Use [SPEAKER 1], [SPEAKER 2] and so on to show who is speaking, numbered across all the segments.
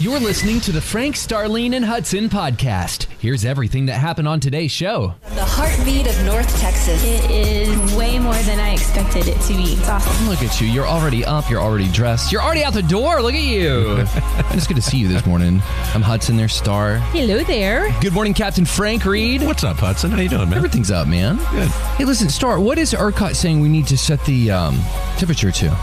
[SPEAKER 1] You're listening to the Frank, Starlene, and Hudson podcast. Here's everything that happened on today's show.
[SPEAKER 2] The heartbeat of North Texas.
[SPEAKER 3] It is way more than I expected it to be. It's awesome.
[SPEAKER 1] Look at you. You're already up. You're already dressed. You're already out the door. Look at you. it's good to see you this morning. I'm Hudson, their star.
[SPEAKER 3] Hello there.
[SPEAKER 1] Good morning, Captain Frank Reed.
[SPEAKER 4] What's up, Hudson? How you doing, man?
[SPEAKER 1] Everything's up, man.
[SPEAKER 4] Good.
[SPEAKER 1] Hey, listen, Star, what is ERCOT saying we need to set the um, temperature to?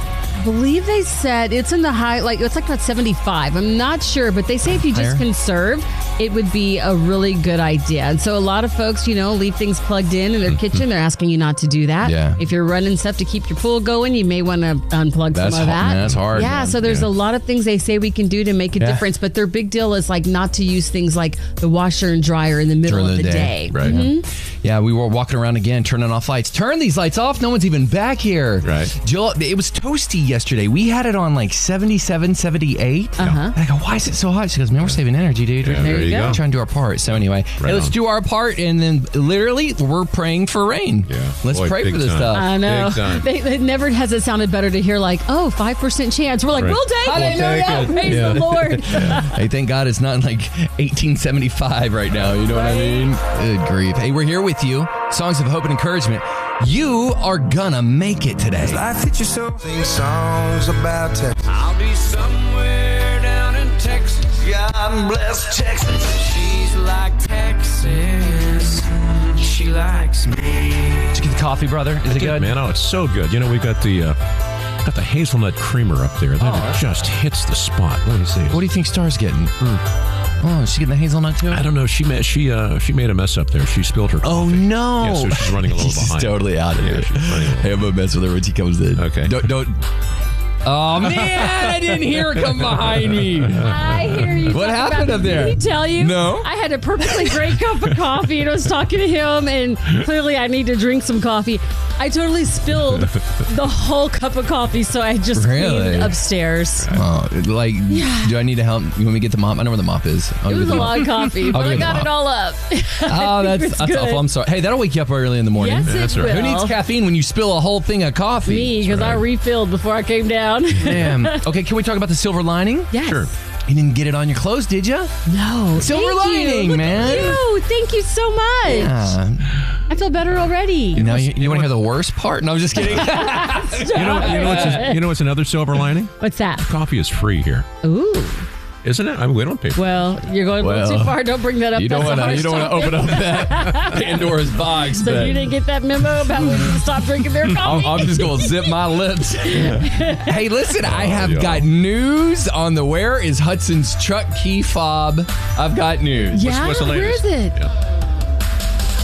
[SPEAKER 5] believe they said it's in the high, like it's like about 75. I'm not sure, but they say if you
[SPEAKER 1] Higher?
[SPEAKER 5] just conserve, it would be a really good idea. And so a lot of folks, you know, leave things plugged in in their kitchen. They're asking you not to do that.
[SPEAKER 1] Mm-hmm. Yeah.
[SPEAKER 5] If you're running stuff to keep your pool going, you may want to unplug
[SPEAKER 1] That's
[SPEAKER 5] some of
[SPEAKER 1] hard-
[SPEAKER 5] that.
[SPEAKER 1] man, that's hard,
[SPEAKER 5] Yeah.
[SPEAKER 1] man.
[SPEAKER 5] So there's
[SPEAKER 1] Yeah.
[SPEAKER 5] a lot of things they say we can do to make a
[SPEAKER 1] Yeah.
[SPEAKER 5] difference, but their big deal is like not to use things like the washer and dryer in the middle
[SPEAKER 1] During
[SPEAKER 5] of
[SPEAKER 1] the
[SPEAKER 5] the,
[SPEAKER 1] day.
[SPEAKER 5] day.
[SPEAKER 4] Right. Mm-hmm.
[SPEAKER 1] Yeah, we were walking around again, turning off lights. Turn these lights off. No one's even back here.
[SPEAKER 4] Right.
[SPEAKER 1] Jill, it was toasty yesterday. We had it on like 77, 78.
[SPEAKER 5] Uh-huh.
[SPEAKER 1] And I go, why is it so hot? She goes, man, we're saving energy, dude.
[SPEAKER 4] Yeah, there There you you go. go.
[SPEAKER 1] Trying to do our part. So anyway, hey,
[SPEAKER 4] Right
[SPEAKER 1] let's
[SPEAKER 4] on.
[SPEAKER 1] do our part. And then literally, we're praying for rain.
[SPEAKER 4] Yeah.
[SPEAKER 1] Let's
[SPEAKER 4] Boy,
[SPEAKER 1] pray
[SPEAKER 4] big
[SPEAKER 1] for this
[SPEAKER 4] time.
[SPEAKER 1] stuff.
[SPEAKER 5] I know.
[SPEAKER 4] Big time.
[SPEAKER 5] They, it never has it sounded better to hear like, oh, 5% chance. We're like,
[SPEAKER 4] Right.
[SPEAKER 5] we'll take
[SPEAKER 1] We'll
[SPEAKER 5] it.
[SPEAKER 1] take
[SPEAKER 5] Hallelujah.
[SPEAKER 1] it.
[SPEAKER 5] Praise
[SPEAKER 1] Yeah.
[SPEAKER 5] the Lord.
[SPEAKER 1] Hey, thank God it's not like 1875 right now. You know what I mean? Good grief. Hey, we're here with you. Songs of hope and encouragement. You are gonna make it today.
[SPEAKER 6] I teach you so. Sing songs about Texas.
[SPEAKER 7] I'll be somewhere down in Texas.
[SPEAKER 6] God bless Texas.
[SPEAKER 7] She's like Texas. She likes me.
[SPEAKER 1] Did you get the coffee, brother? Is it good?
[SPEAKER 4] Man, oh, it's so good. You know, we've got the uh, got the hazelnut creamer up there. That just hits the spot. Let me see.
[SPEAKER 1] What do you think Star's getting? Oh, is she getting the hazelnut too?
[SPEAKER 4] Hmm. I don't know. She ma- she uh, she made a mess up there. She spilled her.
[SPEAKER 1] Oh
[SPEAKER 4] coffee.
[SPEAKER 1] no!
[SPEAKER 4] Yeah, so she's running a little
[SPEAKER 1] she's
[SPEAKER 4] behind.
[SPEAKER 1] totally out of
[SPEAKER 4] Yeah,
[SPEAKER 1] it.
[SPEAKER 4] she's running a little-
[SPEAKER 1] Hey, I'm gonna mess with her when she comes in.
[SPEAKER 4] Okay.
[SPEAKER 1] Don't. don't oh man! I didn't hear her come behind me.
[SPEAKER 5] I hear you.
[SPEAKER 1] What
[SPEAKER 5] talking
[SPEAKER 1] happened
[SPEAKER 5] about-
[SPEAKER 1] up there?
[SPEAKER 5] Did he tell you?
[SPEAKER 1] No.
[SPEAKER 5] I had a perfectly great cup of coffee and I was talking to him, and clearly I need to drink some coffee. I totally spilled the whole cup of coffee, so I just
[SPEAKER 1] Really?
[SPEAKER 5] cleaned upstairs.
[SPEAKER 1] Oh, like, do I need to help? You want me to get the mop? I know where the mop is. I'll
[SPEAKER 5] It
[SPEAKER 1] get
[SPEAKER 5] was
[SPEAKER 1] the
[SPEAKER 5] a
[SPEAKER 1] mop.
[SPEAKER 5] lot of coffee, but
[SPEAKER 1] give
[SPEAKER 5] I
[SPEAKER 1] it
[SPEAKER 5] got
[SPEAKER 1] a
[SPEAKER 5] it all up.
[SPEAKER 1] Oh, that's
[SPEAKER 5] It's
[SPEAKER 1] that's
[SPEAKER 5] good.
[SPEAKER 1] awful. I'm sorry. Hey, that'll wake you up early in the morning.
[SPEAKER 5] yes,
[SPEAKER 4] that's
[SPEAKER 5] it will.
[SPEAKER 4] right.
[SPEAKER 1] Who needs caffeine when you spill a whole thing of coffee?
[SPEAKER 5] Me, because I refilled before I came down.
[SPEAKER 1] Damn. Okay, can we talk about the silver lining?
[SPEAKER 5] yes.
[SPEAKER 4] Sure.
[SPEAKER 1] You didn't get it on your clothes, did you?
[SPEAKER 5] No.
[SPEAKER 1] Silver
[SPEAKER 5] Thank you.
[SPEAKER 1] lining,
[SPEAKER 5] Look at
[SPEAKER 1] man.
[SPEAKER 5] you. Thank you so much.
[SPEAKER 1] Uh,
[SPEAKER 5] I feel better already.
[SPEAKER 1] now you, you want to hear the worst part? No, I'm just
[SPEAKER 4] You
[SPEAKER 1] kidding.
[SPEAKER 4] know, you know what's you know what's another silver lining?
[SPEAKER 5] What's that?
[SPEAKER 4] Coffee is free here,
[SPEAKER 5] Ooh.
[SPEAKER 4] isn't it? I mean, we don't pay. for
[SPEAKER 5] Well, you're going a little
[SPEAKER 1] Well,
[SPEAKER 5] too far. Don't bring that up.
[SPEAKER 1] You don't
[SPEAKER 5] That's a
[SPEAKER 1] want to.
[SPEAKER 5] harsh
[SPEAKER 1] You don't want to
[SPEAKER 5] topic.
[SPEAKER 1] open up that Pandora's box.
[SPEAKER 5] So
[SPEAKER 1] but
[SPEAKER 5] you didn't get that memo about when people stop drinking their
[SPEAKER 1] I'm,
[SPEAKER 5] coffee.
[SPEAKER 1] I'm just gonna zip my lips. hey, listen, I
[SPEAKER 5] Oh,
[SPEAKER 1] have
[SPEAKER 4] yeah.
[SPEAKER 1] got news on the where is Hudson's truck key fob. I've got news.
[SPEAKER 5] yeah,
[SPEAKER 4] what's the
[SPEAKER 5] where
[SPEAKER 4] latest?
[SPEAKER 5] is it?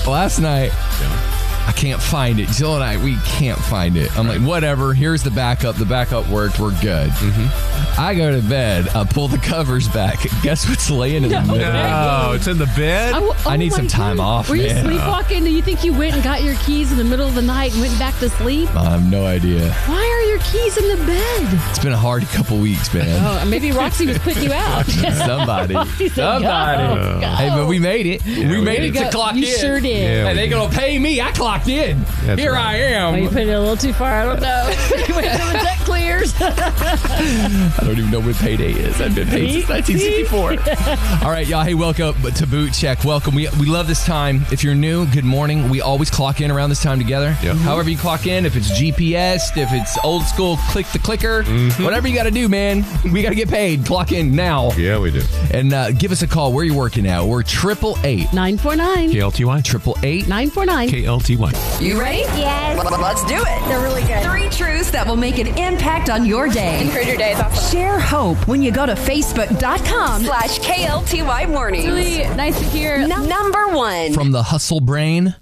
[SPEAKER 1] Last night,
[SPEAKER 4] Yeah.
[SPEAKER 1] I can't find it. Jill and I, we can't find it. I'm like, whatever. Here's the backup. The backup worked. We're good.
[SPEAKER 5] Mm-hmm.
[SPEAKER 1] I go to bed. I pull the covers back. Guess what's laying in the middle?
[SPEAKER 4] Oh, it's in the bed.
[SPEAKER 5] w-
[SPEAKER 1] I need
[SPEAKER 5] Oh, my
[SPEAKER 1] some time off,
[SPEAKER 5] Were
[SPEAKER 1] man.
[SPEAKER 5] you sleepwalking? Do you think you went and got your keys in the middle of the night and went back to sleep?
[SPEAKER 1] I have no idea.
[SPEAKER 5] Why are your keys in the bed?
[SPEAKER 1] It's been a hard couple weeks, man.
[SPEAKER 5] Oh, maybe Roxy was putting you out.
[SPEAKER 1] Somebody.
[SPEAKER 5] She said, "Go,
[SPEAKER 1] Somebody.
[SPEAKER 5] go."
[SPEAKER 1] Hey, but we made it. we
[SPEAKER 4] we
[SPEAKER 5] There
[SPEAKER 4] did.
[SPEAKER 1] made it to
[SPEAKER 5] you go.
[SPEAKER 1] clock
[SPEAKER 5] You
[SPEAKER 1] in.
[SPEAKER 5] sure did.
[SPEAKER 4] Yeah,
[SPEAKER 1] And they
[SPEAKER 4] we
[SPEAKER 1] gonna pay me. I clocked in.
[SPEAKER 4] That's
[SPEAKER 1] Here
[SPEAKER 4] right.
[SPEAKER 1] I
[SPEAKER 5] Oh, you
[SPEAKER 1] am.
[SPEAKER 5] put it a little too far. I don't know. Wait till the debt clears.
[SPEAKER 1] I don't even know when payday is. I've been paid since 1964. All right, y'all. Hey, welcome to Boot Check. Welcome. We we love this time. If you're new, good morning. We always clock in around this time together.
[SPEAKER 4] Yeah. Mm-hmm.
[SPEAKER 1] However you clock in, if it's GPS, if it's old school, click the clicker.
[SPEAKER 4] Mm-hmm.
[SPEAKER 1] Whatever you got to do, man. We got to get paid. Clock in now
[SPEAKER 4] yeah, we do.
[SPEAKER 1] and uh, give us a call. Where you working at? We're triple eight.
[SPEAKER 5] 949.
[SPEAKER 4] KLTY.
[SPEAKER 1] Triple eight.
[SPEAKER 5] 949.
[SPEAKER 4] KLTY.
[SPEAKER 2] You ready? Yes. Let's do it. They're really good. Three truths that will make an impact on your day. Improve your day. Share hope when you go to facebook.com slash KLTY mornings.
[SPEAKER 5] Really nice to hear.
[SPEAKER 2] Num- Number one.
[SPEAKER 1] from the hustle brain.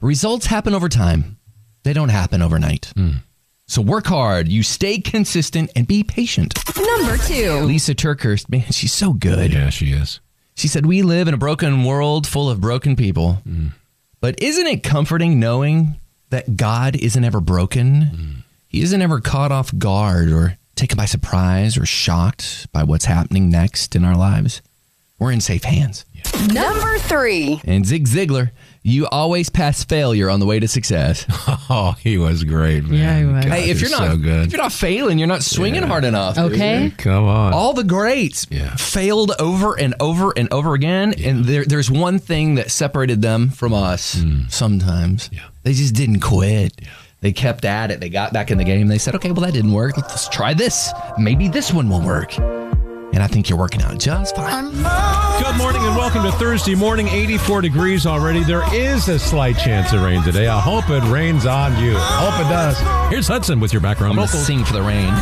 [SPEAKER 1] Results happen over time, they don't happen overnight. So work hard, you stay consistent, and be patient.
[SPEAKER 2] Number two.
[SPEAKER 1] Lisa Turkhurst, man, she's so good.
[SPEAKER 4] Yeah, she is.
[SPEAKER 1] She said, We live in a broken world full of broken people.
[SPEAKER 4] Mm.
[SPEAKER 1] But isn't it comforting knowing that God isn't ever broken?
[SPEAKER 4] Mm.
[SPEAKER 1] He isn't ever caught off guard or taken by surprise or shocked by what's happening next in our lives. we're in safe hands.
[SPEAKER 2] Number three.
[SPEAKER 1] And Zig Ziglar, you always pass failure on the way to success.
[SPEAKER 4] Oh, he was great, man.
[SPEAKER 5] Yeah, he was.
[SPEAKER 4] God,
[SPEAKER 1] hey, if you're
[SPEAKER 4] he's
[SPEAKER 1] not
[SPEAKER 4] so
[SPEAKER 1] if
[SPEAKER 4] good.
[SPEAKER 1] you're not failing, you're not swinging hard enough.
[SPEAKER 5] Okay.
[SPEAKER 4] Come on.
[SPEAKER 1] All the greats
[SPEAKER 4] Yeah.
[SPEAKER 1] failed over and over and over again, and there, there's one thing that separated them from us. Sometimes they just didn't quit. They kept at it. They got back in the game. They said, "Okay, well that didn't work. Let's try this. Maybe this one will work." And I think you're working out just fine.
[SPEAKER 4] Good morning and welcome to Thursday morning. 84 degrees already. There is a slight chance of rain today. I hope it rains on you. Hope it does. Here's Hudson with your background
[SPEAKER 1] I'm gonna
[SPEAKER 4] vocals.
[SPEAKER 1] sing for the rain.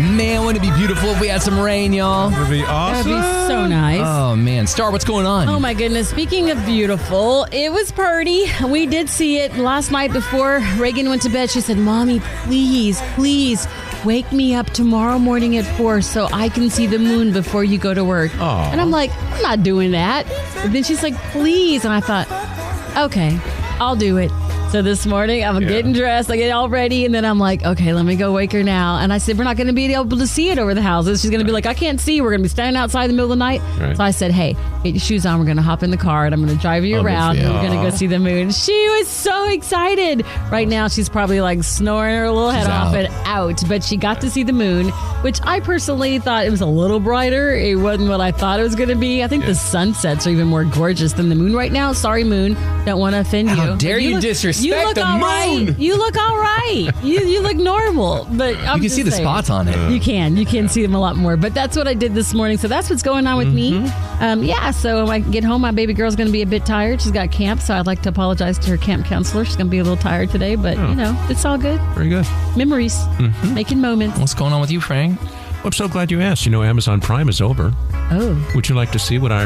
[SPEAKER 1] Man, wouldn't it be beautiful if we had some rain, y'all?
[SPEAKER 4] Would be
[SPEAKER 5] That'd
[SPEAKER 4] awesome.
[SPEAKER 5] be so nice.
[SPEAKER 1] Oh man, Star, what's going on?
[SPEAKER 5] Oh my goodness. Speaking of beautiful, it was pretty. We did see it last night before Reagan went to bed. She said, Mommy, please, please wake me up tomorrow morning at four so I can see the moon before you go to work.
[SPEAKER 4] Aw.
[SPEAKER 5] And I'm like, I'm not doing that. But then she's like, please. And I thought, okay, I'll do it. So this morning, I'm getting dressed, I get all ready, and then I'm like, okay, let me go wake her now. And I said, we're not going to be able to see it over the houses. She's going to be like, I can't see. We're going to be standing outside in the middle of the night.
[SPEAKER 4] Right.
[SPEAKER 5] So I said, hey, get your shoes on. We're going to hop in the car, and I'm going to drive you
[SPEAKER 4] Oh, good for
[SPEAKER 5] around.
[SPEAKER 4] you.
[SPEAKER 5] and We're going to go see the moon. She was so excited. Right now, she's probably like snoring her little head
[SPEAKER 1] She's
[SPEAKER 5] off
[SPEAKER 1] out.
[SPEAKER 5] and out, but she got to see the moon, which I personally thought it was a little brighter. It wasn't what I thought it was going to be. I think the sunsets are even more gorgeous than the moon right now. Sorry, moon. Don't want to offend you.
[SPEAKER 1] How dare
[SPEAKER 5] But
[SPEAKER 1] you
[SPEAKER 5] look-
[SPEAKER 1] disrespect
[SPEAKER 5] you look
[SPEAKER 1] the
[SPEAKER 5] all right.
[SPEAKER 1] moon.
[SPEAKER 5] You look all right. You, you look normal, but I'm
[SPEAKER 1] you can
[SPEAKER 5] just
[SPEAKER 1] see the
[SPEAKER 5] saying.
[SPEAKER 1] spots on it.
[SPEAKER 5] You can. You can see them a lot more. But that's what I did this morning. So that's what's going on with me.
[SPEAKER 1] Mm-hmm.
[SPEAKER 5] Um, yeah, so when I get home, my baby girl's going to be a bit tired. She's got camp, so I'd like to apologize to her camp counselor. She's going to be a little tired today, but,
[SPEAKER 1] Oh.
[SPEAKER 5] you know, it's all good.
[SPEAKER 4] Very good.
[SPEAKER 5] Memories,
[SPEAKER 1] Mm-hmm.
[SPEAKER 5] making moments.
[SPEAKER 1] What's going on with you, Frank?
[SPEAKER 4] I'm so glad you asked. You know, Amazon Prime is over.
[SPEAKER 5] Oh.
[SPEAKER 4] Would you like to see what I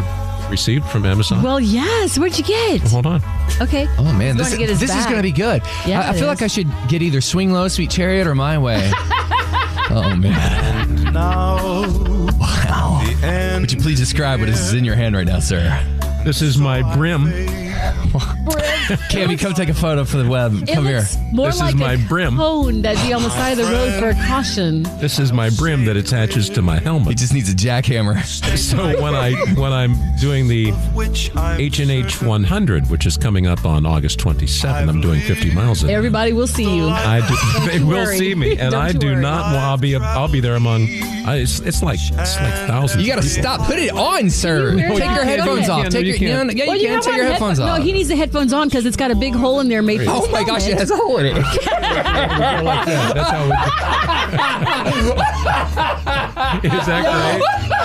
[SPEAKER 4] received from Amazon?
[SPEAKER 5] Well, yes. Where'd you get?
[SPEAKER 4] Hold on.
[SPEAKER 5] Okay.
[SPEAKER 1] Oh
[SPEAKER 5] He's
[SPEAKER 1] man, this,
[SPEAKER 5] going to get his
[SPEAKER 1] this is
[SPEAKER 5] bag.
[SPEAKER 1] gonna be good.
[SPEAKER 5] Yeah,
[SPEAKER 1] I, I
[SPEAKER 5] it
[SPEAKER 1] feel like I
[SPEAKER 5] is.
[SPEAKER 1] should get either Swing Low, Sweet Chariot, or My Way. oh man!
[SPEAKER 6] Now,
[SPEAKER 1] Wow.
[SPEAKER 6] the end.
[SPEAKER 1] Would you please describe what is in your hand right now, sir?
[SPEAKER 4] This is my brim.
[SPEAKER 1] Cammy, come take a photo for the web.
[SPEAKER 5] It
[SPEAKER 1] Come here.
[SPEAKER 5] looks more
[SPEAKER 4] This is
[SPEAKER 5] like
[SPEAKER 4] my
[SPEAKER 5] a
[SPEAKER 4] brim.
[SPEAKER 5] cone that'd be on the side of the road for a caution.
[SPEAKER 4] This is my brim that attaches to my
[SPEAKER 1] He
[SPEAKER 4] helmet.
[SPEAKER 1] just needs a jackhammer.
[SPEAKER 4] So when I when I'm doing the
[SPEAKER 6] Which I'm
[SPEAKER 4] H and H 100, which is coming up on August 27, I'm doing 50 miles. A day.
[SPEAKER 5] Everybody will see you.
[SPEAKER 4] I do, they
[SPEAKER 5] you
[SPEAKER 4] will
[SPEAKER 5] worry.
[SPEAKER 4] see me, and
[SPEAKER 5] Don't
[SPEAKER 4] I
[SPEAKER 5] you
[SPEAKER 4] do
[SPEAKER 5] worry.
[SPEAKER 4] not. Well, I'll be I'll be there among. I, it's, it's like it's like thousands.
[SPEAKER 1] You gotta
[SPEAKER 4] of people.
[SPEAKER 1] stop. Put it on, sir.
[SPEAKER 5] wear
[SPEAKER 1] Take
[SPEAKER 5] that?
[SPEAKER 1] your
[SPEAKER 5] No, you
[SPEAKER 1] headphones
[SPEAKER 5] can't.
[SPEAKER 1] off. Take
[SPEAKER 4] No,
[SPEAKER 1] your
[SPEAKER 4] you can't.
[SPEAKER 1] yeah,
[SPEAKER 5] Well,
[SPEAKER 1] you can
[SPEAKER 5] don't
[SPEAKER 1] take
[SPEAKER 5] have
[SPEAKER 1] your headphones
[SPEAKER 5] headph-
[SPEAKER 1] off.
[SPEAKER 5] No, he needs the headphones on because it's got a big hole in there made for
[SPEAKER 1] Oh
[SPEAKER 5] his
[SPEAKER 1] my gosh, it
[SPEAKER 5] helmet.
[SPEAKER 1] has a hole in it.
[SPEAKER 4] like that. That's how. It, is that great?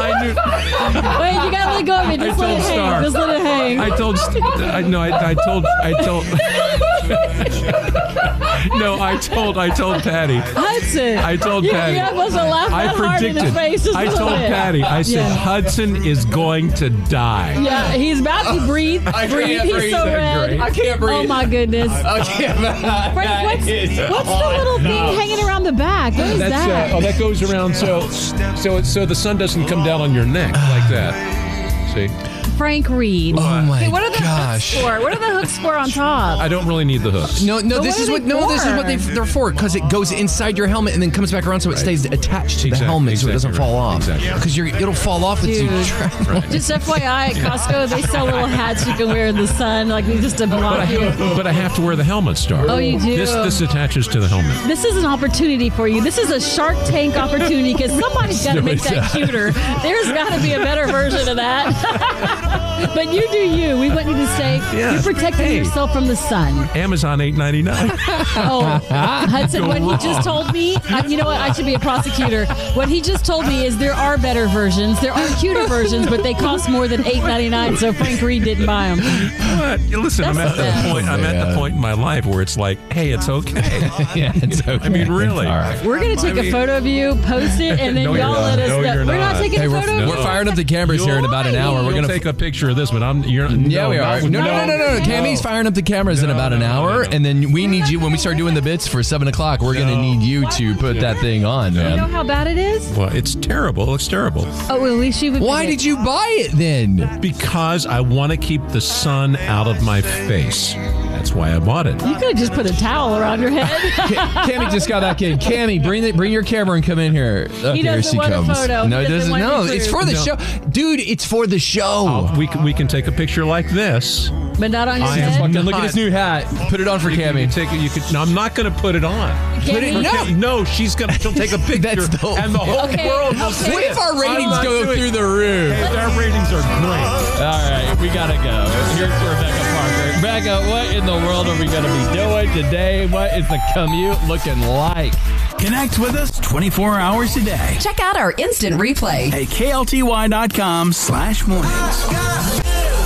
[SPEAKER 4] I knew.
[SPEAKER 5] Wait, you gotta let go of it. Just
[SPEAKER 4] I
[SPEAKER 5] let
[SPEAKER 4] told
[SPEAKER 5] it hang.
[SPEAKER 4] Star.
[SPEAKER 5] Just let it hang.
[SPEAKER 4] I told. St- I no. I, I told. I told. no, I told. I told Patty.
[SPEAKER 5] Hudson.
[SPEAKER 4] I told
[SPEAKER 5] you,
[SPEAKER 4] Patty.
[SPEAKER 5] You almost laughed
[SPEAKER 4] I
[SPEAKER 5] that hard in the
[SPEAKER 4] predicted.
[SPEAKER 5] face. Just
[SPEAKER 4] I
[SPEAKER 5] a little
[SPEAKER 4] told
[SPEAKER 5] bit.
[SPEAKER 4] Patty. I said
[SPEAKER 5] Yeah.
[SPEAKER 4] Hudson is going to die.
[SPEAKER 5] Yeah, he's about to breathe.
[SPEAKER 1] I can't
[SPEAKER 5] breathe. He's
[SPEAKER 1] breathe.
[SPEAKER 5] so
[SPEAKER 1] That's
[SPEAKER 5] red.
[SPEAKER 1] great. I can't
[SPEAKER 5] Oh
[SPEAKER 1] breathe.
[SPEAKER 5] my goodness.
[SPEAKER 1] Okay.
[SPEAKER 5] Frank, what's, what's the little thing hanging around the back? What is
[SPEAKER 4] Oh, That's
[SPEAKER 5] that?
[SPEAKER 4] uh, oh, that goes around so so it- so the sun doesn't come down on your neck like that. See,
[SPEAKER 5] Frank Reed.
[SPEAKER 1] Oh my
[SPEAKER 5] Hey, what are the
[SPEAKER 1] gosh.
[SPEAKER 5] hooks for? What are the hooks for on top?
[SPEAKER 4] I don't really need the hooks.
[SPEAKER 1] No, no,
[SPEAKER 5] But
[SPEAKER 1] this
[SPEAKER 5] what
[SPEAKER 1] is
[SPEAKER 5] are
[SPEAKER 1] what
[SPEAKER 5] they
[SPEAKER 1] no, this is what they,
[SPEAKER 5] for?
[SPEAKER 1] they're for because it goes inside your helmet and then comes back around, so it stays attached to the
[SPEAKER 4] Exactly,
[SPEAKER 1] helmet, so
[SPEAKER 4] exactly
[SPEAKER 1] it doesn't fall
[SPEAKER 4] right,
[SPEAKER 1] off.
[SPEAKER 4] exactly.
[SPEAKER 1] Because you're it'll fall off with you.
[SPEAKER 5] Dude.
[SPEAKER 1] traveling.
[SPEAKER 5] Just FYI, at Costco they sell little hats you can wear in the sun, like just to block you.
[SPEAKER 4] But I have to wear the helmet, Star.
[SPEAKER 5] Oh, you do.
[SPEAKER 4] This this attaches to the helmet.
[SPEAKER 5] This is an opportunity for you. This is a Shark Tank opportunity because somebody's got to
[SPEAKER 4] No,
[SPEAKER 5] make
[SPEAKER 4] it's
[SPEAKER 5] that
[SPEAKER 4] not.
[SPEAKER 5] cuter. There's got to be a better version of that. but you do you. We want you to say
[SPEAKER 4] Yeah.
[SPEAKER 5] you're protecting
[SPEAKER 4] Hey.
[SPEAKER 5] yourself from the sun.
[SPEAKER 4] Amazon eight ninety nine.
[SPEAKER 5] Oh, Hudson, what he just told me, I, you know what? I should be a prosecutor. What he just told me is there are better versions, there are cuter versions, but they cost more than eight ninety nine. So Frank Reed didn't buy them.
[SPEAKER 4] But listen, I'm
[SPEAKER 5] That's
[SPEAKER 4] at the
[SPEAKER 5] bad.
[SPEAKER 4] point. I'm at
[SPEAKER 1] Yeah.
[SPEAKER 4] the point in my life where it's like, hey, it's okay.
[SPEAKER 1] yeah, it's okay.
[SPEAKER 4] I mean, really.
[SPEAKER 1] All right.
[SPEAKER 5] We're gonna take
[SPEAKER 4] I mean-
[SPEAKER 5] a photo of you, post it, and then
[SPEAKER 4] No, you're
[SPEAKER 5] y'all let
[SPEAKER 4] not.
[SPEAKER 5] us
[SPEAKER 4] No,
[SPEAKER 5] know.
[SPEAKER 4] you're
[SPEAKER 5] We're not
[SPEAKER 4] not.
[SPEAKER 5] taking
[SPEAKER 1] Hey,
[SPEAKER 5] a
[SPEAKER 1] we're,
[SPEAKER 5] photo of you.
[SPEAKER 1] we're firing up the cameras here in about an hour. We're
[SPEAKER 4] We're
[SPEAKER 1] gonna
[SPEAKER 4] gonna take a picture of this, but I'm you're
[SPEAKER 1] Yeah, we are. No, no, no, no, no. Tammy's firing up the cameras in
[SPEAKER 4] No,
[SPEAKER 1] about an
[SPEAKER 4] no, no,
[SPEAKER 1] hour,
[SPEAKER 4] no, no.
[SPEAKER 1] and then we need you when we start doing the bits for seven o'clock. We're gonna
[SPEAKER 4] No.
[SPEAKER 1] need you to put that thing on,
[SPEAKER 5] You know
[SPEAKER 1] man.
[SPEAKER 5] how bad it is?
[SPEAKER 4] Well, it's terrible. It's terrible
[SPEAKER 5] Oh, well, at least you would.
[SPEAKER 1] Why did you buy it then?
[SPEAKER 4] because I want to keep the sun out of my face. That's why I bought it.
[SPEAKER 5] You could have just put a towel around your head.
[SPEAKER 1] Cammy just got back in. Cammy, bring the, bring your camera and come in here. Oh,
[SPEAKER 5] He
[SPEAKER 1] here
[SPEAKER 5] doesn't
[SPEAKER 1] she
[SPEAKER 5] want a
[SPEAKER 1] comes.
[SPEAKER 5] photo.
[SPEAKER 1] No,
[SPEAKER 5] He
[SPEAKER 1] it
[SPEAKER 5] doesn't
[SPEAKER 1] doesn't.
[SPEAKER 5] want
[SPEAKER 1] No, Oh,
[SPEAKER 5] to be
[SPEAKER 1] it's for the
[SPEAKER 4] No.
[SPEAKER 1] show, dude. It's for the show.
[SPEAKER 4] We can, we can take a picture like this.
[SPEAKER 5] but not on your
[SPEAKER 4] I am
[SPEAKER 5] head.
[SPEAKER 4] fucking-
[SPEAKER 1] Now look at his new hat. Put it on for
[SPEAKER 4] You
[SPEAKER 1] Cammy.
[SPEAKER 4] take it. You could. No, I'm not going to put it on.
[SPEAKER 5] Can
[SPEAKER 1] Put it-
[SPEAKER 5] we-
[SPEAKER 1] no.
[SPEAKER 4] Okay, No, she's gonna. She'll take a picture,
[SPEAKER 1] That's dope.
[SPEAKER 4] and the whole
[SPEAKER 5] Okay,
[SPEAKER 4] world will
[SPEAKER 5] okay.
[SPEAKER 4] see
[SPEAKER 1] What
[SPEAKER 4] it.
[SPEAKER 1] if our ratings
[SPEAKER 4] I'm not
[SPEAKER 1] go
[SPEAKER 4] doing-
[SPEAKER 1] through the roof?
[SPEAKER 4] Hey, Our ratings are great.
[SPEAKER 8] All right, we gotta go. Here's Rebecca Parker. Rebecca, what in the world are we gonna be doing today? What is the commute looking like?
[SPEAKER 2] Connect with us 24 hours a day
[SPEAKER 9] Check out our instant replay.
[SPEAKER 2] at klty.com slash mornings.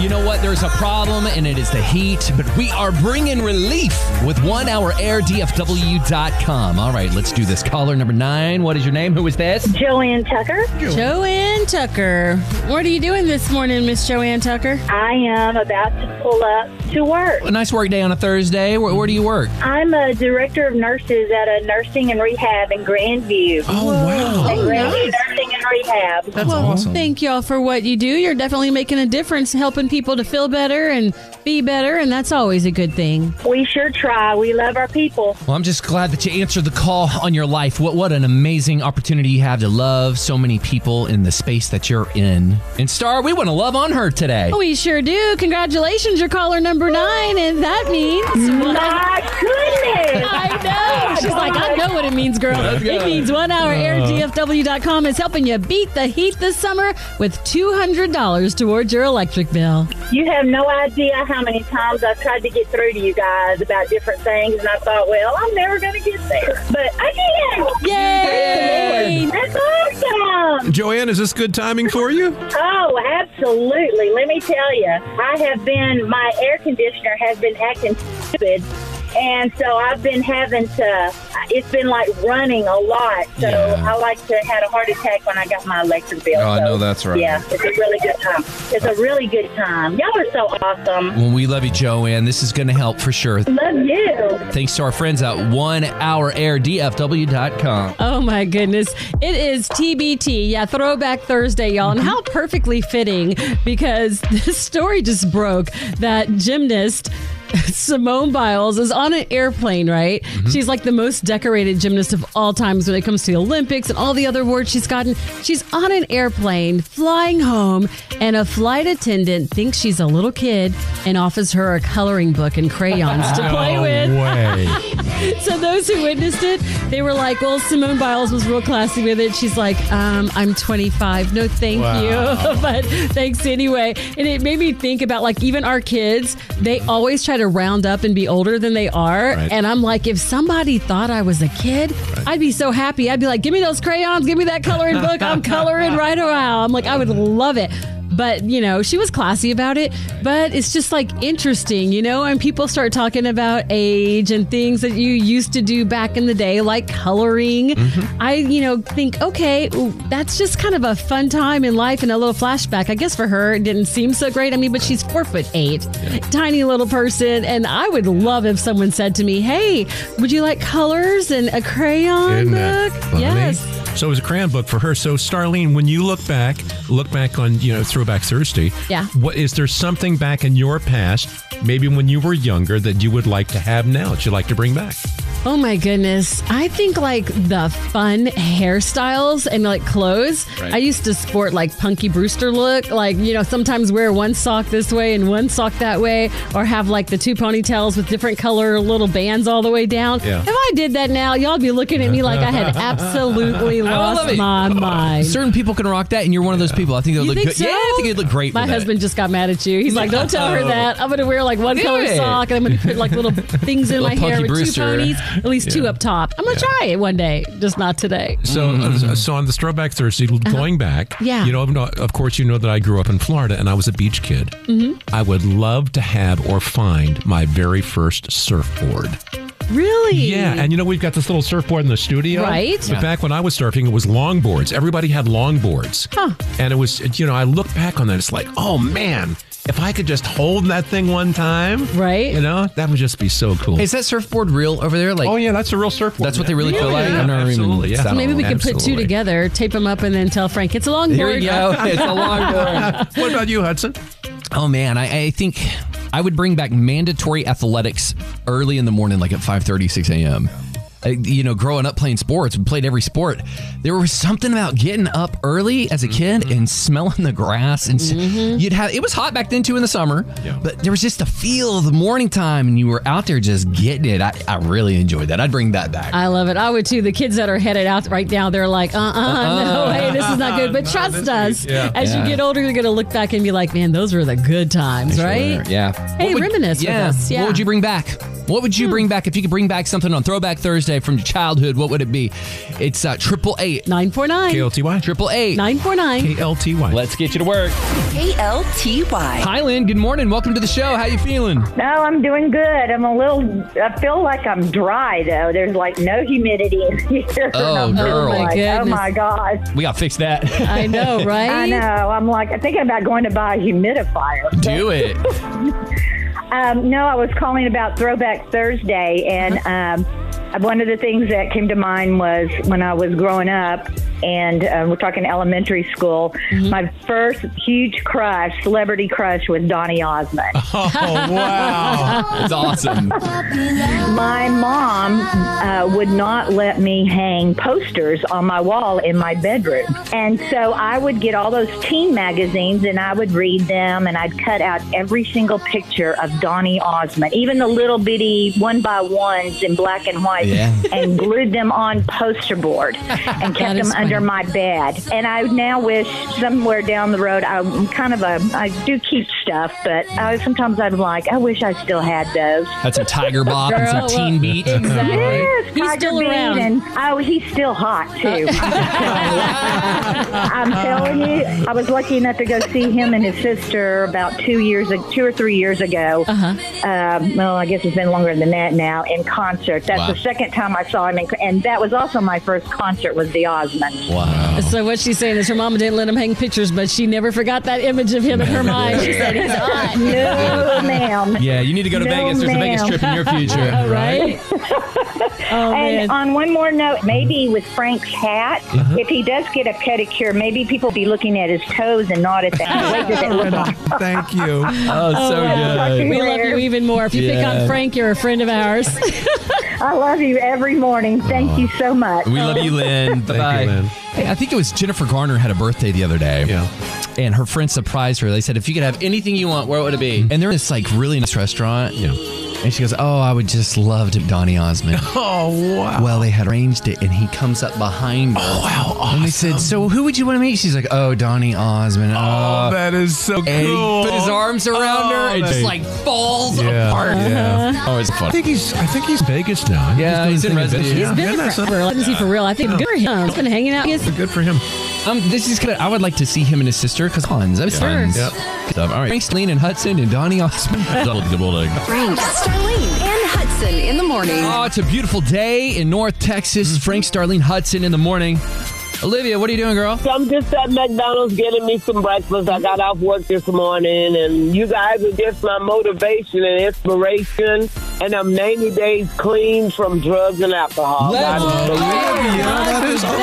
[SPEAKER 1] You know what? There's a problem, and it is the heat, but we are bringing relief with one hour air DFW.com. All right, let's do this. Caller number nine. What is your name? Who is this?
[SPEAKER 10] Joanne Tucker.
[SPEAKER 5] Joanne Tucker. What are you doing this morning, Miss Joanne Tucker?
[SPEAKER 10] I am about to pull up to work.
[SPEAKER 1] A nice work day on a Thursday. Where, where do you work?
[SPEAKER 10] I'm a director of nurses at a nursing and rehab in Grandview.
[SPEAKER 1] Oh, wow.
[SPEAKER 10] At Grandview Nursing and Rehab.
[SPEAKER 5] That's well, Thank y'all for what you do. You're definitely making a difference, helping people to feel better and be better, and that's always a good thing.
[SPEAKER 10] We sure try. We love our people.
[SPEAKER 1] Well, I'm just glad that you answered the call on your life. What what an amazing opportunity you have to love so many people in the space that you're in. And Star, we want to love on her today.
[SPEAKER 5] We sure do. Congratulations, you're caller number nine, and that means.
[SPEAKER 10] My goodness.
[SPEAKER 5] I know. She's like, I know what it means, girl. It means one hour airgfw.com is helping you beat the heat this summer with $200 towards your electric bill.
[SPEAKER 10] You have no idea how many times I've tried to get through to you guys about different things, and I thought, well, I'm never going to get there. But I did.
[SPEAKER 5] Yay!
[SPEAKER 10] That's awesome.
[SPEAKER 4] Joanne, is this good timing for you?
[SPEAKER 10] Oh, absolutely. Let me tell you, I have been, my air conditioner has been acting stupid. And so I've been having to, it's been like running a lot. So
[SPEAKER 1] Yeah.
[SPEAKER 10] I like to had a heart attack when I got my electric bill.
[SPEAKER 1] Oh, I
[SPEAKER 10] So,
[SPEAKER 1] know that's right.
[SPEAKER 10] Yeah, it's a really good time. It's a really good time. Y'all are so awesome.
[SPEAKER 1] Well, we love you, Joanne. This is going to help for sure.
[SPEAKER 10] Love you.
[SPEAKER 1] Thanks to our friends at onehouradfw.com.
[SPEAKER 5] Oh my goodness. It is TBT. Yeah, Throwback Thursday, y'all. And how perfectly fitting because this story just broke that gymnast. Simone Biles is on an airplane, right? She's like the most decorated gymnast of all times when it comes to the Olympics and all the other awards she's gotten. She's on an airplane flying home, and a flight attendant thinks she's a little kid and offers her a coloring book and crayons to play with.
[SPEAKER 4] way.
[SPEAKER 5] So those who witnessed it, they were like, "Well, Simone Biles was real classy with it." She's like, um, "I'm 25. No, thank you, but thanks anyway." And it made me think about like even our kids. They always try to round up and be older than they are.
[SPEAKER 4] Right.
[SPEAKER 5] And I'm like, if somebody thought I was a kid, I'd be so happy. I'd be like, "Give me those crayons. Give me that coloring book. I'm coloring right around." I'm like, I would love it. But, you know, she was classy about it. But it's just like interesting, you know, and people start talking about age and things that you used to do back in the day, like coloring.
[SPEAKER 4] Mm-hmm.
[SPEAKER 5] I, you know, think, okay, ooh, that's just kind of a fun time in life and a little flashback. I guess for her, it didn't seem so great. I mean, but she's four foot eight, tiny little person. And I would love if someone said to me, hey, would you like colors and a crayon
[SPEAKER 4] Isn't that
[SPEAKER 5] book?
[SPEAKER 4] funny?
[SPEAKER 5] Yes.
[SPEAKER 4] So it was a crayon book for her. So Starlene, when you look back, look back on you know Throwback Thursday.
[SPEAKER 5] Yeah.
[SPEAKER 4] What is there something back in your past, maybe when you were younger, that you would like to have now that you'd like to bring back?
[SPEAKER 5] Oh my goodness. I think like the fun hairstyles and like clothes. I used to sport like Punky Brewster look, like, you know, sometimes wear one sock this way and one sock that way, or have like the two ponytails with different color little bands all the way down.
[SPEAKER 4] Yeah.
[SPEAKER 5] If I did that now, y'all be looking at me like I had absolutely
[SPEAKER 1] love
[SPEAKER 5] lost
[SPEAKER 1] it.
[SPEAKER 5] my mind.
[SPEAKER 1] Certain people can rock that, and you're one of those people. I think it'll
[SPEAKER 5] You
[SPEAKER 1] look
[SPEAKER 5] think
[SPEAKER 1] good.
[SPEAKER 5] so?
[SPEAKER 1] Yeah, I think it'd look great.
[SPEAKER 5] My
[SPEAKER 1] with that.
[SPEAKER 5] husband just got mad at you. He's like, "Don't tell
[SPEAKER 1] Oh.
[SPEAKER 5] her that. I'm going to wear like one color
[SPEAKER 1] it.
[SPEAKER 5] sock, and I'm going to put like little things in
[SPEAKER 1] Little
[SPEAKER 5] my hair
[SPEAKER 1] Punky
[SPEAKER 5] with
[SPEAKER 1] Brewster.
[SPEAKER 5] two ponies, at least two up top. I'm going to try it one day, just not today."
[SPEAKER 4] So, uh, so on the Throwback Thursday, going back,
[SPEAKER 5] Mm-hmm. Uh-huh. Yeah.
[SPEAKER 4] you know, I'm not- of course, you know that I grew up in Florida and I was a beach kid. Mm-hmm. I would love to have or find my very first surfboard.
[SPEAKER 5] Really?
[SPEAKER 4] Yeah, and you know we've got this little surfboard in the studio,
[SPEAKER 5] Right.
[SPEAKER 4] But
[SPEAKER 5] Yeah.
[SPEAKER 4] back when I was surfing, it was longboards. Everybody had longboards,
[SPEAKER 5] Huh.
[SPEAKER 4] and it was you know I look back on that, it's like, oh man, if I could just hold that thing one time,
[SPEAKER 5] right?
[SPEAKER 4] You know, that would just be so cool.
[SPEAKER 1] Is that surfboard real over there? Like,
[SPEAKER 4] oh yeah, that's a real surfboard.
[SPEAKER 1] That's what they really
[SPEAKER 4] Yeah,
[SPEAKER 1] feel
[SPEAKER 4] Oh,
[SPEAKER 1] like.
[SPEAKER 4] yeah,
[SPEAKER 1] I've never even
[SPEAKER 4] absolutely, yeah.
[SPEAKER 1] sat on
[SPEAKER 5] Maybe we
[SPEAKER 1] one.
[SPEAKER 5] could put two
[SPEAKER 1] Absolutely.
[SPEAKER 5] together, tape them up, and then tell Frank it's a longboard.
[SPEAKER 1] Here we go. It's a longboard.
[SPEAKER 4] what about you, Hudson?
[SPEAKER 1] Oh man, I, I think I would bring back mandatory athletics early in the morning, like at 5:30, 6 a.m. Uh, You know, growing up playing sports, we played every sport. There was something about getting up early as a
[SPEAKER 4] Mm-hmm.
[SPEAKER 1] kid and smelling the grass, and s-
[SPEAKER 5] Mm-hmm.
[SPEAKER 1] you'd have. It was hot back then too in the summer, but there was just a feel of the morning time, and you were out there just getting it. I, I really enjoyed that. I'd bring that back.
[SPEAKER 5] I love it. I would too. The kids that are headed out right now, they're like, uh uh
[SPEAKER 1] Uh-uh.
[SPEAKER 5] no way, this is not good. But trust us,
[SPEAKER 1] yeah.
[SPEAKER 5] as
[SPEAKER 1] Yeah.
[SPEAKER 5] you get older, you're going to look back and be like, man, those were the good times, right?
[SPEAKER 1] Yeah.
[SPEAKER 5] Hey, reminisce
[SPEAKER 1] yeah.
[SPEAKER 5] with us. Yeah. Hmm.
[SPEAKER 1] What would you bring back? What would you bring back if you could bring back something on Throwback Thursday from your childhood? What would it be? It's uh, triple eight
[SPEAKER 5] nine four nine
[SPEAKER 4] KLTY
[SPEAKER 1] triple eight
[SPEAKER 5] nine four nine.
[SPEAKER 4] KLTY.
[SPEAKER 1] Let's get you to work.
[SPEAKER 2] KLTY.
[SPEAKER 1] Hi, Lynn. Good morning. Welcome to the show. How you feeling?
[SPEAKER 11] No, I'm doing good. I'm a little. I feel like I'm dry though. There's like no humidity in here.
[SPEAKER 1] Oh,
[SPEAKER 11] I'm feeling
[SPEAKER 1] girl.
[SPEAKER 11] like, oh
[SPEAKER 5] Goodness.
[SPEAKER 11] my god.
[SPEAKER 1] We gotta fix that.
[SPEAKER 5] I know, right?
[SPEAKER 11] I know. I'm like I'm thinking about going to buy a humidifier.
[SPEAKER 1] Do it.
[SPEAKER 11] Um, no, I was calling about Throwback Thursday, and um, one of the things that came to mind was when I was growing up, and uh, we're talking elementary school. My first huge crush, celebrity crush, was Donny Osmond.
[SPEAKER 4] Oh wow,
[SPEAKER 1] It's awesome.
[SPEAKER 11] My mom uh, would not let me hang posters on my wall in my bedroom. And so I would get all those teen magazines and I would read them and I'd cut out every single picture of Donnie Osmond, even the little bitty one by ones in black and white,
[SPEAKER 1] Yeah.
[SPEAKER 11] and glued them on poster board and kept them
[SPEAKER 5] is
[SPEAKER 11] under
[SPEAKER 5] funny.
[SPEAKER 11] my bed. And I now wish somewhere down the road, I'm kind of a, I do keep stuff, but I, sometimes I'm like, I wish I still had those.
[SPEAKER 1] That's some Tiger Bop and some
[SPEAKER 5] Girl,
[SPEAKER 1] Teen
[SPEAKER 5] well,
[SPEAKER 1] Beat.
[SPEAKER 5] Exactly.
[SPEAKER 11] Yes,
[SPEAKER 5] He's
[SPEAKER 11] Tiger
[SPEAKER 5] still
[SPEAKER 11] Bean
[SPEAKER 5] around.
[SPEAKER 11] And, oh, he's still hot too. I'm telling you, I was lucky enough to go see him and his sister about two years, ag- two or three years ago.
[SPEAKER 5] Uh-huh.
[SPEAKER 11] Um, well, I guess it's been longer than that now. In concert, that's
[SPEAKER 1] Wow.
[SPEAKER 11] the second time I saw him, in, and that was also my first concert was the Osmonds.
[SPEAKER 1] Wow.
[SPEAKER 5] So what she's saying is her mama didn't let him hang pictures, but she never forgot that image of him in her mind. She said he's hot.
[SPEAKER 11] No, ma'am.
[SPEAKER 1] Yeah, you need to go to
[SPEAKER 11] No,
[SPEAKER 1] Vegas. There's a Vegas
[SPEAKER 11] ma'am.
[SPEAKER 1] trip in your
[SPEAKER 5] All
[SPEAKER 1] future.
[SPEAKER 5] right. Oh man.
[SPEAKER 11] And on one more note, maybe with Frank's hat,
[SPEAKER 5] Uh-huh.
[SPEAKER 11] if he does get a pedicure, maybe people be looking at his toes and not at that. Wait, does it look like?
[SPEAKER 4] thank you.
[SPEAKER 1] Oh, so good.
[SPEAKER 5] we love you even more. If you pick
[SPEAKER 1] Yeah.
[SPEAKER 5] on Frank, you're a friend of ours.
[SPEAKER 11] I love you every morning. Thank you so much.
[SPEAKER 1] We love you, Lynn. Bye
[SPEAKER 4] you, Lynn.
[SPEAKER 1] Hey, I think it was Jennifer Garner had a birthday the other day.
[SPEAKER 4] Yeah.
[SPEAKER 1] And her friend surprised her. They said, if you could have anything you want, where would it be? And they're in this like really nice restaurant.
[SPEAKER 4] Yeah.
[SPEAKER 1] And she goes, Oh, I would just love to Donnie Osmond.
[SPEAKER 4] Oh wow.
[SPEAKER 1] Well, they had arranged it, and he comes up behind her. Oh, wow.
[SPEAKER 4] Uh,
[SPEAKER 1] And they said, So who would you want to meet? She's like, Oh, Donnie Osmond.
[SPEAKER 4] Oh,
[SPEAKER 1] Oh,
[SPEAKER 4] that is so
[SPEAKER 1] and
[SPEAKER 4] cool.
[SPEAKER 1] he put his arms around
[SPEAKER 4] Oh,
[SPEAKER 1] her and just
[SPEAKER 4] that-
[SPEAKER 1] like falls
[SPEAKER 4] Yeah,
[SPEAKER 1] apart.
[SPEAKER 4] yeah.
[SPEAKER 1] Oh, it's
[SPEAKER 4] I
[SPEAKER 1] fun.
[SPEAKER 4] think he's. I think he's Vegas now.
[SPEAKER 1] Yeah, he's in residue. He's
[SPEAKER 5] Been forever. Let me see for real. I think good for him. He's been hanging out. He's-
[SPEAKER 4] Good for him.
[SPEAKER 1] Um, this is kind of, I would like to see him and his sister because Hans. That was fun.
[SPEAKER 4] Yep.
[SPEAKER 1] All right. Frank Sleen and Hudson and Donnie Osmond.
[SPEAKER 2] Frank, Starlene, and Hudson in the morning.
[SPEAKER 1] Oh, it's a beautiful day in North
[SPEAKER 5] Mm-hmm.
[SPEAKER 1] Texas. Frank Starlene Hudson in the morning. Olivia, what are you doing, girl?
[SPEAKER 12] I'm just at McDonald's getting me some breakfast. I got off work this morning, and you guys are just my motivation and inspiration. And I'm 90 days clean from drugs and alcohol. I
[SPEAKER 1] Let's
[SPEAKER 12] believe
[SPEAKER 4] that is
[SPEAKER 5] That- We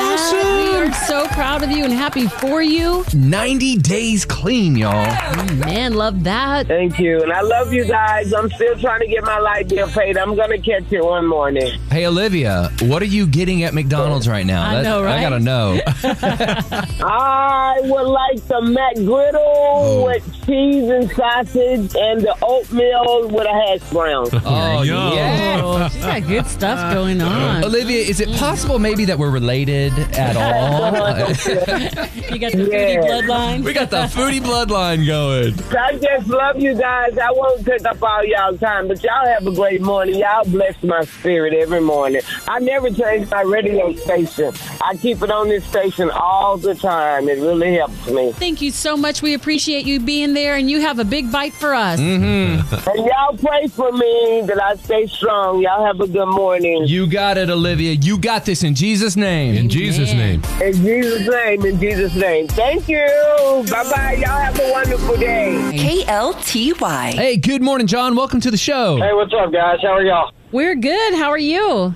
[SPEAKER 5] are so proud of you and happy for you.
[SPEAKER 1] 90 days clean, y'all.
[SPEAKER 5] Man, love that.
[SPEAKER 12] Thank you. And I love you guys. I'm still trying to get my light bill paid. I'm going to catch it one morning.
[SPEAKER 1] Hey, Olivia, what are you getting at McDonald's right now?
[SPEAKER 5] I know,
[SPEAKER 1] I
[SPEAKER 5] right?
[SPEAKER 1] gotta know.
[SPEAKER 12] I would like the McGriddle
[SPEAKER 5] Oh.
[SPEAKER 12] with cheese and sausage and the oatmeal with a hash brown.
[SPEAKER 1] oh,
[SPEAKER 4] Yum.
[SPEAKER 1] yeah.
[SPEAKER 5] Oh, she's got good stuff going on.
[SPEAKER 1] Olivia, is it possible maybe that we're related at all?
[SPEAKER 5] You got the foodie
[SPEAKER 12] Yes.
[SPEAKER 5] bloodline.
[SPEAKER 1] we got the foodie bloodline going.
[SPEAKER 12] I just love you guys. I won't take up all y'all time, but y'all have a great morning. Y'all bless my spirit every morning. I never change my radio station. I keep it on this station all the time. It really helps me.
[SPEAKER 5] Thank you so much. We appreciate you being there, and you have a big bite for us.
[SPEAKER 1] Mm.
[SPEAKER 12] And y'all pray for me that I stay strong. Y'all have a good morning.
[SPEAKER 1] You got it, Olivia. You got this in Jesus' name. In Jesus' name.
[SPEAKER 12] In Jesus' name, in Jesus' name. Thank you. Bye bye. Y'all have a wonderful day.
[SPEAKER 1] KLTY. Hey, good morning, John. Welcome to the show.
[SPEAKER 12] Hey, what's up, guys? How are y'all?
[SPEAKER 5] We're good. How are you?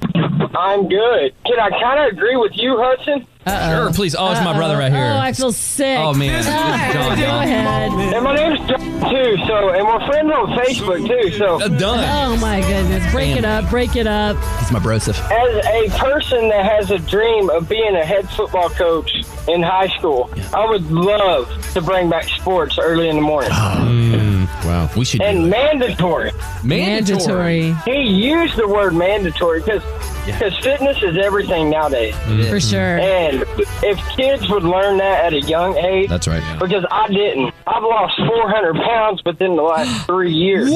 [SPEAKER 12] I'm good. Can I kind of agree with you, Hudson?
[SPEAKER 1] Sure, please. Oh, it's my brother right here.
[SPEAKER 5] Oh, I feel sick.
[SPEAKER 1] Oh, man. This is John,
[SPEAKER 5] Go
[SPEAKER 1] John.
[SPEAKER 5] ahead.
[SPEAKER 12] And my name's John, too, so, and we're friends on Facebook, too, so.
[SPEAKER 1] Uh,
[SPEAKER 5] Oh my goodness. Break it up. Break it up.
[SPEAKER 1] He's my brosif.
[SPEAKER 12] As a person that has a dream of being a head football coach in high school, I would love to bring back sports early in the morning.
[SPEAKER 1] wow. We should.
[SPEAKER 12] and mandatory.
[SPEAKER 5] Mandatory.
[SPEAKER 12] He used the word mandatory because fitness is everything nowadays.
[SPEAKER 5] is.
[SPEAKER 1] Mm-hmm.
[SPEAKER 5] For sure.
[SPEAKER 12] And if kids would learn that at a young age,
[SPEAKER 1] That's right, yeah.
[SPEAKER 12] Because I didn't. I've lost 400 pounds within the last three years. And-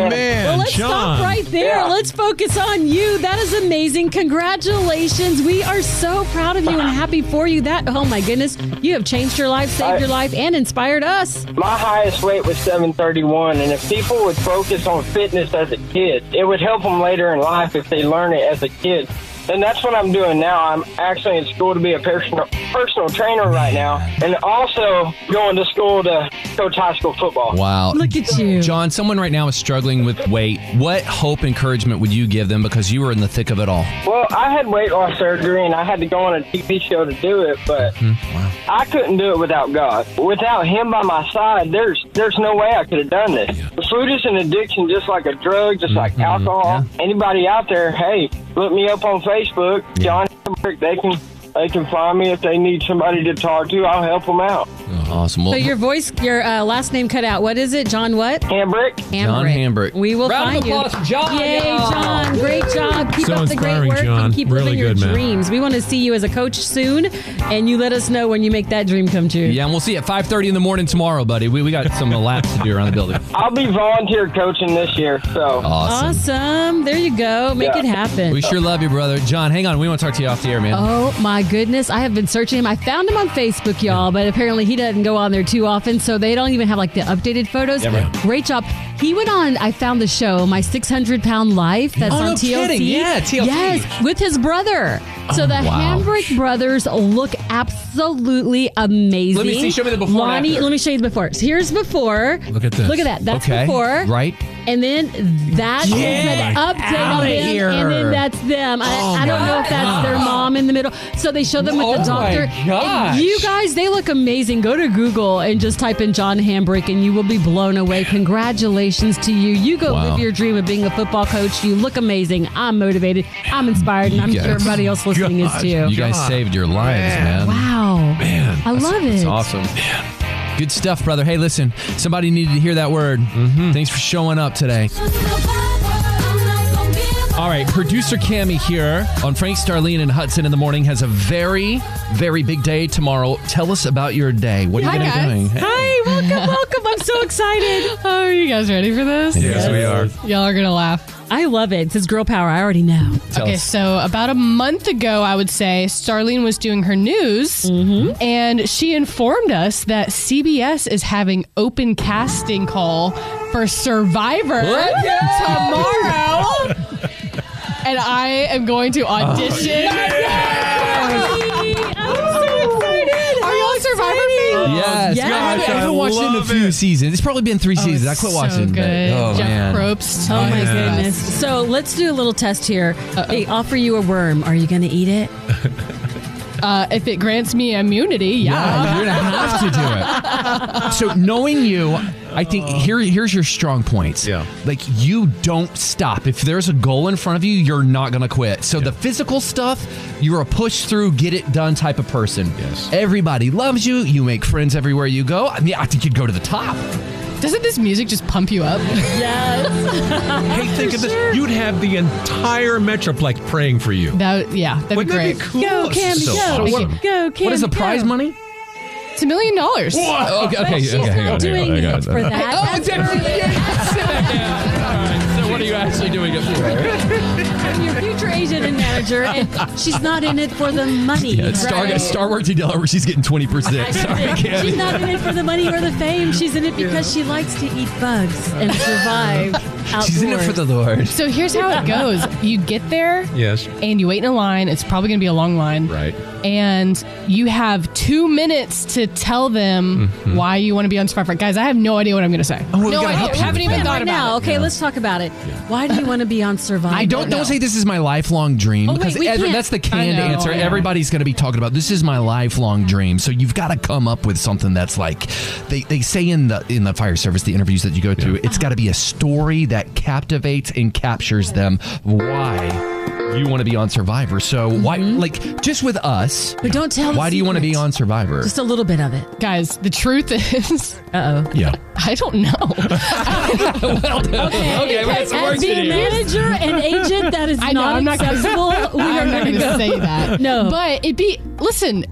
[SPEAKER 5] well, let's stop right there.
[SPEAKER 12] Yeah.
[SPEAKER 5] Let's focus on you. That is amazing. Congratulations. We are so proud of you and happy for you. That, oh my goodness, you have changed your life, saved your life, and inspired us.
[SPEAKER 12] My highest weight was 731, and if people would focus on fitness as a kid, it would help them later in life if they learn it as a kid. And that's what I'm doing now. I'm actually in school to be a personal, personal trainer right now, and also going to school to coach high school football.
[SPEAKER 1] Wow.
[SPEAKER 5] Look at you.
[SPEAKER 1] John, someone right now is struggling with weight. What hope encouragement would you give them because you were in the thick of it all?
[SPEAKER 12] Well, I had weight loss surgery, and I had to go on a TV show to do it, but I couldn't do it without God. Without Him by my side, there's there's no way I could have done this. Food is an addiction, just like a drug, just like alcohol. Anybody out there, hey, look me up on Facebook, John. Hembrick. They can they can find me if they need somebody to talk to. I'll help them out.
[SPEAKER 1] Oh, Awesome. Well,
[SPEAKER 5] So your voice, your uh, last name cut out. What is it, John? What?
[SPEAKER 12] Hambrick.
[SPEAKER 1] John Hambrick.
[SPEAKER 5] We will
[SPEAKER 1] Round
[SPEAKER 5] find
[SPEAKER 1] of applause
[SPEAKER 5] you.
[SPEAKER 1] for John,
[SPEAKER 5] Yay,
[SPEAKER 1] y'all.
[SPEAKER 5] John! Great job. Keep
[SPEAKER 4] So
[SPEAKER 5] up the great
[SPEAKER 4] inspiring,
[SPEAKER 5] work
[SPEAKER 4] John.
[SPEAKER 5] and keep
[SPEAKER 4] Really
[SPEAKER 5] living your
[SPEAKER 4] good man.
[SPEAKER 5] dreams. We want to see you as a coach soon, and you let us know when you make that dream come true.
[SPEAKER 1] Yeah, and we'll see you at 5.30 in the morning tomorrow, buddy. We, we got some laps to do around the building.
[SPEAKER 12] I'll be volunteer coaching this year, so
[SPEAKER 1] Awesome.
[SPEAKER 5] Awesome. There you go. Make
[SPEAKER 1] Yeah.
[SPEAKER 5] it happen.
[SPEAKER 1] We sure love you, brother. John, hang on. We want to talk to you off the air, man.
[SPEAKER 5] Oh my goodness. I have been searching him. I found him on Facebook, y'all, but apparently he doesn't go on there too often, so they don't even have like the updated photos.
[SPEAKER 1] Yeah, right.
[SPEAKER 5] Great job. He went on, I found the show, My 600 Pound Life, that's
[SPEAKER 1] Oh,
[SPEAKER 5] on
[SPEAKER 1] no
[SPEAKER 5] TLC.
[SPEAKER 1] kidding. Yeah, TLC.
[SPEAKER 5] Yes, with his brother. So the
[SPEAKER 1] Oh, wow.
[SPEAKER 5] Hambrick brothers look absolutely amazing.
[SPEAKER 1] Let me see. Show me the before and
[SPEAKER 5] Lonnie,
[SPEAKER 1] after.
[SPEAKER 5] let me show you the before. So here's before.
[SPEAKER 1] Look at this.
[SPEAKER 5] Look at that. That's
[SPEAKER 1] Okay,
[SPEAKER 5] before.
[SPEAKER 1] right.
[SPEAKER 5] And then that is
[SPEAKER 1] Get
[SPEAKER 5] an update
[SPEAKER 1] outta
[SPEAKER 5] on them,
[SPEAKER 1] here.
[SPEAKER 5] And then that's them. I,
[SPEAKER 1] Oh
[SPEAKER 5] I don't
[SPEAKER 1] my
[SPEAKER 5] know if that's their
[SPEAKER 1] gosh.
[SPEAKER 5] mom in the middle. So they show them with
[SPEAKER 1] Oh
[SPEAKER 5] the
[SPEAKER 1] my
[SPEAKER 5] doctor. And
[SPEAKER 1] gosh.
[SPEAKER 5] you guys, they look amazing. Go to Google and just type in John Hambrick and you will be blown away. Congratulations to you. You go
[SPEAKER 1] Wow.
[SPEAKER 5] live your dream of being a football coach. You look amazing. I'm motivated. I'm inspired. And I'm
[SPEAKER 1] You
[SPEAKER 5] sure
[SPEAKER 1] guys-
[SPEAKER 5] everybody else listening is too.
[SPEAKER 1] You guys saved your lives, man.
[SPEAKER 5] Oh, Wow.
[SPEAKER 1] Man,
[SPEAKER 5] I
[SPEAKER 1] that's-
[SPEAKER 5] love
[SPEAKER 1] That's
[SPEAKER 5] it.
[SPEAKER 1] awesome. Good stuff, brother. Hey, listen, somebody needed to hear that word. Thanks for showing up today. All right, producer Cammy here on Frank Starlene and Hudson in the morning has a very, very big day tomorrow. Tell us about your day. What are you gonna be doing? Hey.
[SPEAKER 5] Hi, welcome, welcome. I'm so excited.
[SPEAKER 13] Oh, are you guys ready for this? Y'all are gonna laugh.
[SPEAKER 5] I love it. It says girl power. I already know.
[SPEAKER 13] okay, so about a month ago, I would say, Starlene was doing her news,
[SPEAKER 5] Mm-hmm.
[SPEAKER 13] and she informed us that CBS is having open casting call for Survivor
[SPEAKER 7] What?
[SPEAKER 13] tomorrow. and I am going to audition.
[SPEAKER 5] Oh.
[SPEAKER 13] Are y'all Survivor fans?
[SPEAKER 1] Yes,
[SPEAKER 13] Yes.
[SPEAKER 1] I haven't- I haven't watched it in a few seasons. It's probably been three seasons. I quit watching. but-
[SPEAKER 13] good.
[SPEAKER 1] oh
[SPEAKER 13] Jeff
[SPEAKER 1] man,
[SPEAKER 13] Probst.
[SPEAKER 5] Oh my
[SPEAKER 1] Yeah.
[SPEAKER 5] goodness. So let's do a little test here. They offer you a worm. Are you going to eat it?
[SPEAKER 13] Uh, if it grants me immunity, yeah.
[SPEAKER 1] Yeah, you're gonna have to do it. So knowing you, I think here here's your strong points. Uh. Yeah. Like you don't stop. If there's a goal in front of you, you're not gonna quit. So the physical stuff, you're a push through, get it done type of person. Yes. Everybody loves you. You make friends everywhere you go. I mean, I think you'd go to the top.
[SPEAKER 13] Doesn't this music just pump you up? Yes.
[SPEAKER 4] Hey, think of this. You'd have the entire Metroplex praying for you.
[SPEAKER 13] That yeah, that'd
[SPEAKER 4] Wouldn't
[SPEAKER 13] be
[SPEAKER 4] that be
[SPEAKER 13] great.
[SPEAKER 4] cool? Go, This Cam, is so go. awesome. Go,
[SPEAKER 1] What is the prize money?
[SPEAKER 13] It's a million dollars.
[SPEAKER 1] Whoa. Oh, Okay, okay, But she's okay, hang not on, hang on, doing hang on. it for that.
[SPEAKER 13] Oh, it's
[SPEAKER 1] So what are you actually doing up there?
[SPEAKER 5] Your future Asian anatomy. manager, and she's not in it for the money.
[SPEAKER 1] Yeah, it's Star, Star Wars Dela where she's getting 20%. Sorry, Candy.
[SPEAKER 5] She's not in it for the money or the fame. She's in it because she likes to eat bugs and survive.
[SPEAKER 1] She's in it for the Lord.
[SPEAKER 13] So here's how it goes. You get there
[SPEAKER 4] Yes.
[SPEAKER 13] and you wait in a line. It's probably going to be a long line.
[SPEAKER 4] Right.
[SPEAKER 13] And you have two minutes to tell them
[SPEAKER 5] Mm-hmm.
[SPEAKER 13] why you want to be on Survivor. Guys, I have no idea what I'm going to say.
[SPEAKER 5] Oh,
[SPEAKER 13] no idea. haven't even thought
[SPEAKER 5] right
[SPEAKER 13] about
[SPEAKER 5] now.
[SPEAKER 13] it.
[SPEAKER 5] Okay, let's talk about it. Why do you want to be on Survivor?
[SPEAKER 1] I don't don't say this is my lifelong dream
[SPEAKER 5] Oh, wait,
[SPEAKER 1] because
[SPEAKER 5] we
[SPEAKER 1] every-
[SPEAKER 5] can't-
[SPEAKER 1] that's the
[SPEAKER 5] I
[SPEAKER 1] canned
[SPEAKER 5] know,
[SPEAKER 1] answer.
[SPEAKER 5] I know.
[SPEAKER 1] Everybody's going to be talking about this is my lifelong dream. So you've got to come up with something that's like they, they say in the in the fire service the interviews that you go to. It's got to be a story that captivates and captures them. Why? You want to be on Survivor, so why? Like just with us,
[SPEAKER 5] Mm-hmm. But don't tell the
[SPEAKER 1] Why do you want to be
[SPEAKER 5] secret.
[SPEAKER 1] on Survivor?
[SPEAKER 5] Just a little bit of it.
[SPEAKER 13] Guys, the truth is.
[SPEAKER 5] Uh oh.
[SPEAKER 1] Yeah.
[SPEAKER 13] I don't know.
[SPEAKER 5] Okay,
[SPEAKER 14] okay, we got some work
[SPEAKER 5] As
[SPEAKER 14] to
[SPEAKER 5] being
[SPEAKER 14] do.
[SPEAKER 5] manager and agent, that is
[SPEAKER 13] I know,
[SPEAKER 5] not
[SPEAKER 13] I'm not gonna-
[SPEAKER 5] acceptable. we
[SPEAKER 13] I'm
[SPEAKER 5] are
[SPEAKER 13] not
[SPEAKER 5] going
[SPEAKER 13] gonna
[SPEAKER 5] to
[SPEAKER 13] say that.
[SPEAKER 5] No.
[SPEAKER 13] But it be listen.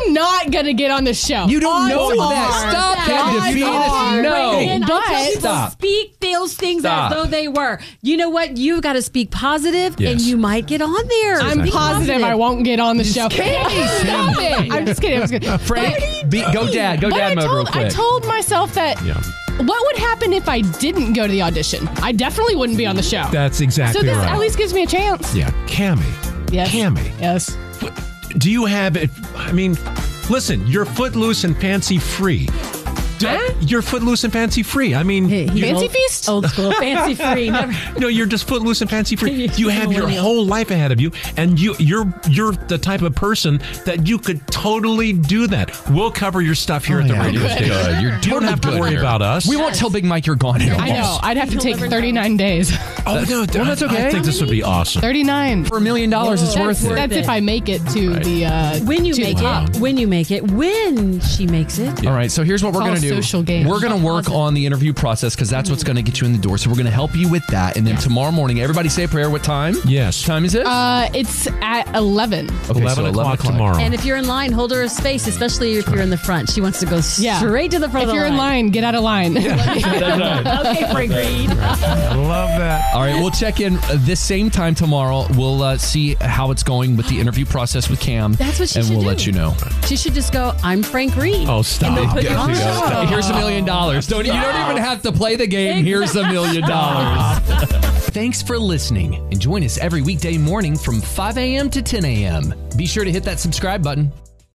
[SPEAKER 13] I'm not gonna get on the show.
[SPEAKER 1] You don't know that. Stop that,
[SPEAKER 5] Odds
[SPEAKER 1] Davina.
[SPEAKER 5] are,
[SPEAKER 1] No.
[SPEAKER 5] Reagan,
[SPEAKER 13] But-
[SPEAKER 5] until people
[SPEAKER 1] Stop.
[SPEAKER 5] speak those things
[SPEAKER 1] Stop.
[SPEAKER 5] as though they were. You know what? You got to speak positive, and
[SPEAKER 1] Yes.
[SPEAKER 5] you might get on there.
[SPEAKER 13] I'm
[SPEAKER 5] Be
[SPEAKER 13] positive I won't get on the show.
[SPEAKER 1] Sam.
[SPEAKER 13] Stop it. I'm just kidding. I'm just kidding.
[SPEAKER 1] Frank, be, go dad, go
[SPEAKER 13] But
[SPEAKER 1] dad
[SPEAKER 13] I
[SPEAKER 1] mode
[SPEAKER 13] told,
[SPEAKER 1] real quick.
[SPEAKER 13] I told myself that
[SPEAKER 4] Yeah.
[SPEAKER 13] what would happen if I didn't go to the audition? I definitely wouldn't be on the show.
[SPEAKER 4] That's exactly
[SPEAKER 13] so this
[SPEAKER 4] right.
[SPEAKER 13] at least gives me a chance.
[SPEAKER 4] yeah, Cammy.
[SPEAKER 13] Yes.
[SPEAKER 4] Cammy.
[SPEAKER 13] Yes.
[SPEAKER 4] Do you have it? I mean, listen, you're footloose and fancy free. D- You're footloose and fancy free. I mean, you
[SPEAKER 13] Fancy
[SPEAKER 4] know-
[SPEAKER 13] feast.
[SPEAKER 5] Old school, fancy free. Never.
[SPEAKER 4] No, you're just footloose and fancy free.
[SPEAKER 5] You're
[SPEAKER 4] You have your
[SPEAKER 5] millennial.
[SPEAKER 4] whole life ahead of you, and you you're you're the type of person that you could totally do that. We'll cover your stuff here
[SPEAKER 1] Oh,
[SPEAKER 4] at the
[SPEAKER 1] yeah.
[SPEAKER 4] radio
[SPEAKER 1] Good.
[SPEAKER 4] station.
[SPEAKER 1] Good. You're
[SPEAKER 4] you don't
[SPEAKER 1] totally
[SPEAKER 4] have to
[SPEAKER 1] good
[SPEAKER 4] worry
[SPEAKER 1] here.
[SPEAKER 4] about us.
[SPEAKER 1] We won't tell Big Mike you're gone in
[SPEAKER 13] I know.
[SPEAKER 1] almost.
[SPEAKER 13] I'd have to take 39 days.
[SPEAKER 4] Oh no, well,
[SPEAKER 1] that's okay.
[SPEAKER 4] I think this would be awesome.
[SPEAKER 13] 39.
[SPEAKER 1] For a million dollars, it's
[SPEAKER 5] Whoa.
[SPEAKER 1] worth
[SPEAKER 13] That's,
[SPEAKER 1] it.
[SPEAKER 13] that's if I make it to the uh,
[SPEAKER 5] When you
[SPEAKER 13] to the
[SPEAKER 5] make
[SPEAKER 13] top.
[SPEAKER 5] it, when you make it, when she makes it.
[SPEAKER 1] All right, so here's what we're
[SPEAKER 13] all
[SPEAKER 1] going to do.
[SPEAKER 13] social game.
[SPEAKER 1] We're going to work on the interview process because that's what's going to get you in the door. So we're going to help you with that. And then tomorrow morning, everybody say a prayer. What time?
[SPEAKER 4] Yes.
[SPEAKER 1] Time is it?
[SPEAKER 13] Uh, it's at 11.
[SPEAKER 1] Okay,
[SPEAKER 4] 11,
[SPEAKER 1] so
[SPEAKER 4] o'clock tomorrow.
[SPEAKER 5] And if you're in line, hold her a space, especially if you're in the front. She wants to go
[SPEAKER 13] Yeah.
[SPEAKER 5] straight to the front.
[SPEAKER 13] If
[SPEAKER 5] of the
[SPEAKER 13] you're in
[SPEAKER 5] line.
[SPEAKER 13] line, get out of line.
[SPEAKER 5] okay, Frank Reed.
[SPEAKER 4] I love that.
[SPEAKER 1] All right, we'll check in uh, this same time tomorrow. We'll uh, see how it's going with the interview process with Cam.
[SPEAKER 5] That's what she
[SPEAKER 1] And
[SPEAKER 5] should
[SPEAKER 1] we'll
[SPEAKER 5] do.
[SPEAKER 1] let you know.
[SPEAKER 5] She should just go. I'm Frank Reed.
[SPEAKER 4] Oh, stop.
[SPEAKER 5] put it on.
[SPEAKER 1] Hey, Here's a million dollars. Don't you don't even have to play the game. Here's a million dollars. Thanks for listening, and join us every weekday morning from 5 a.m. to 10 a.m. Be sure to hit that subscribe button.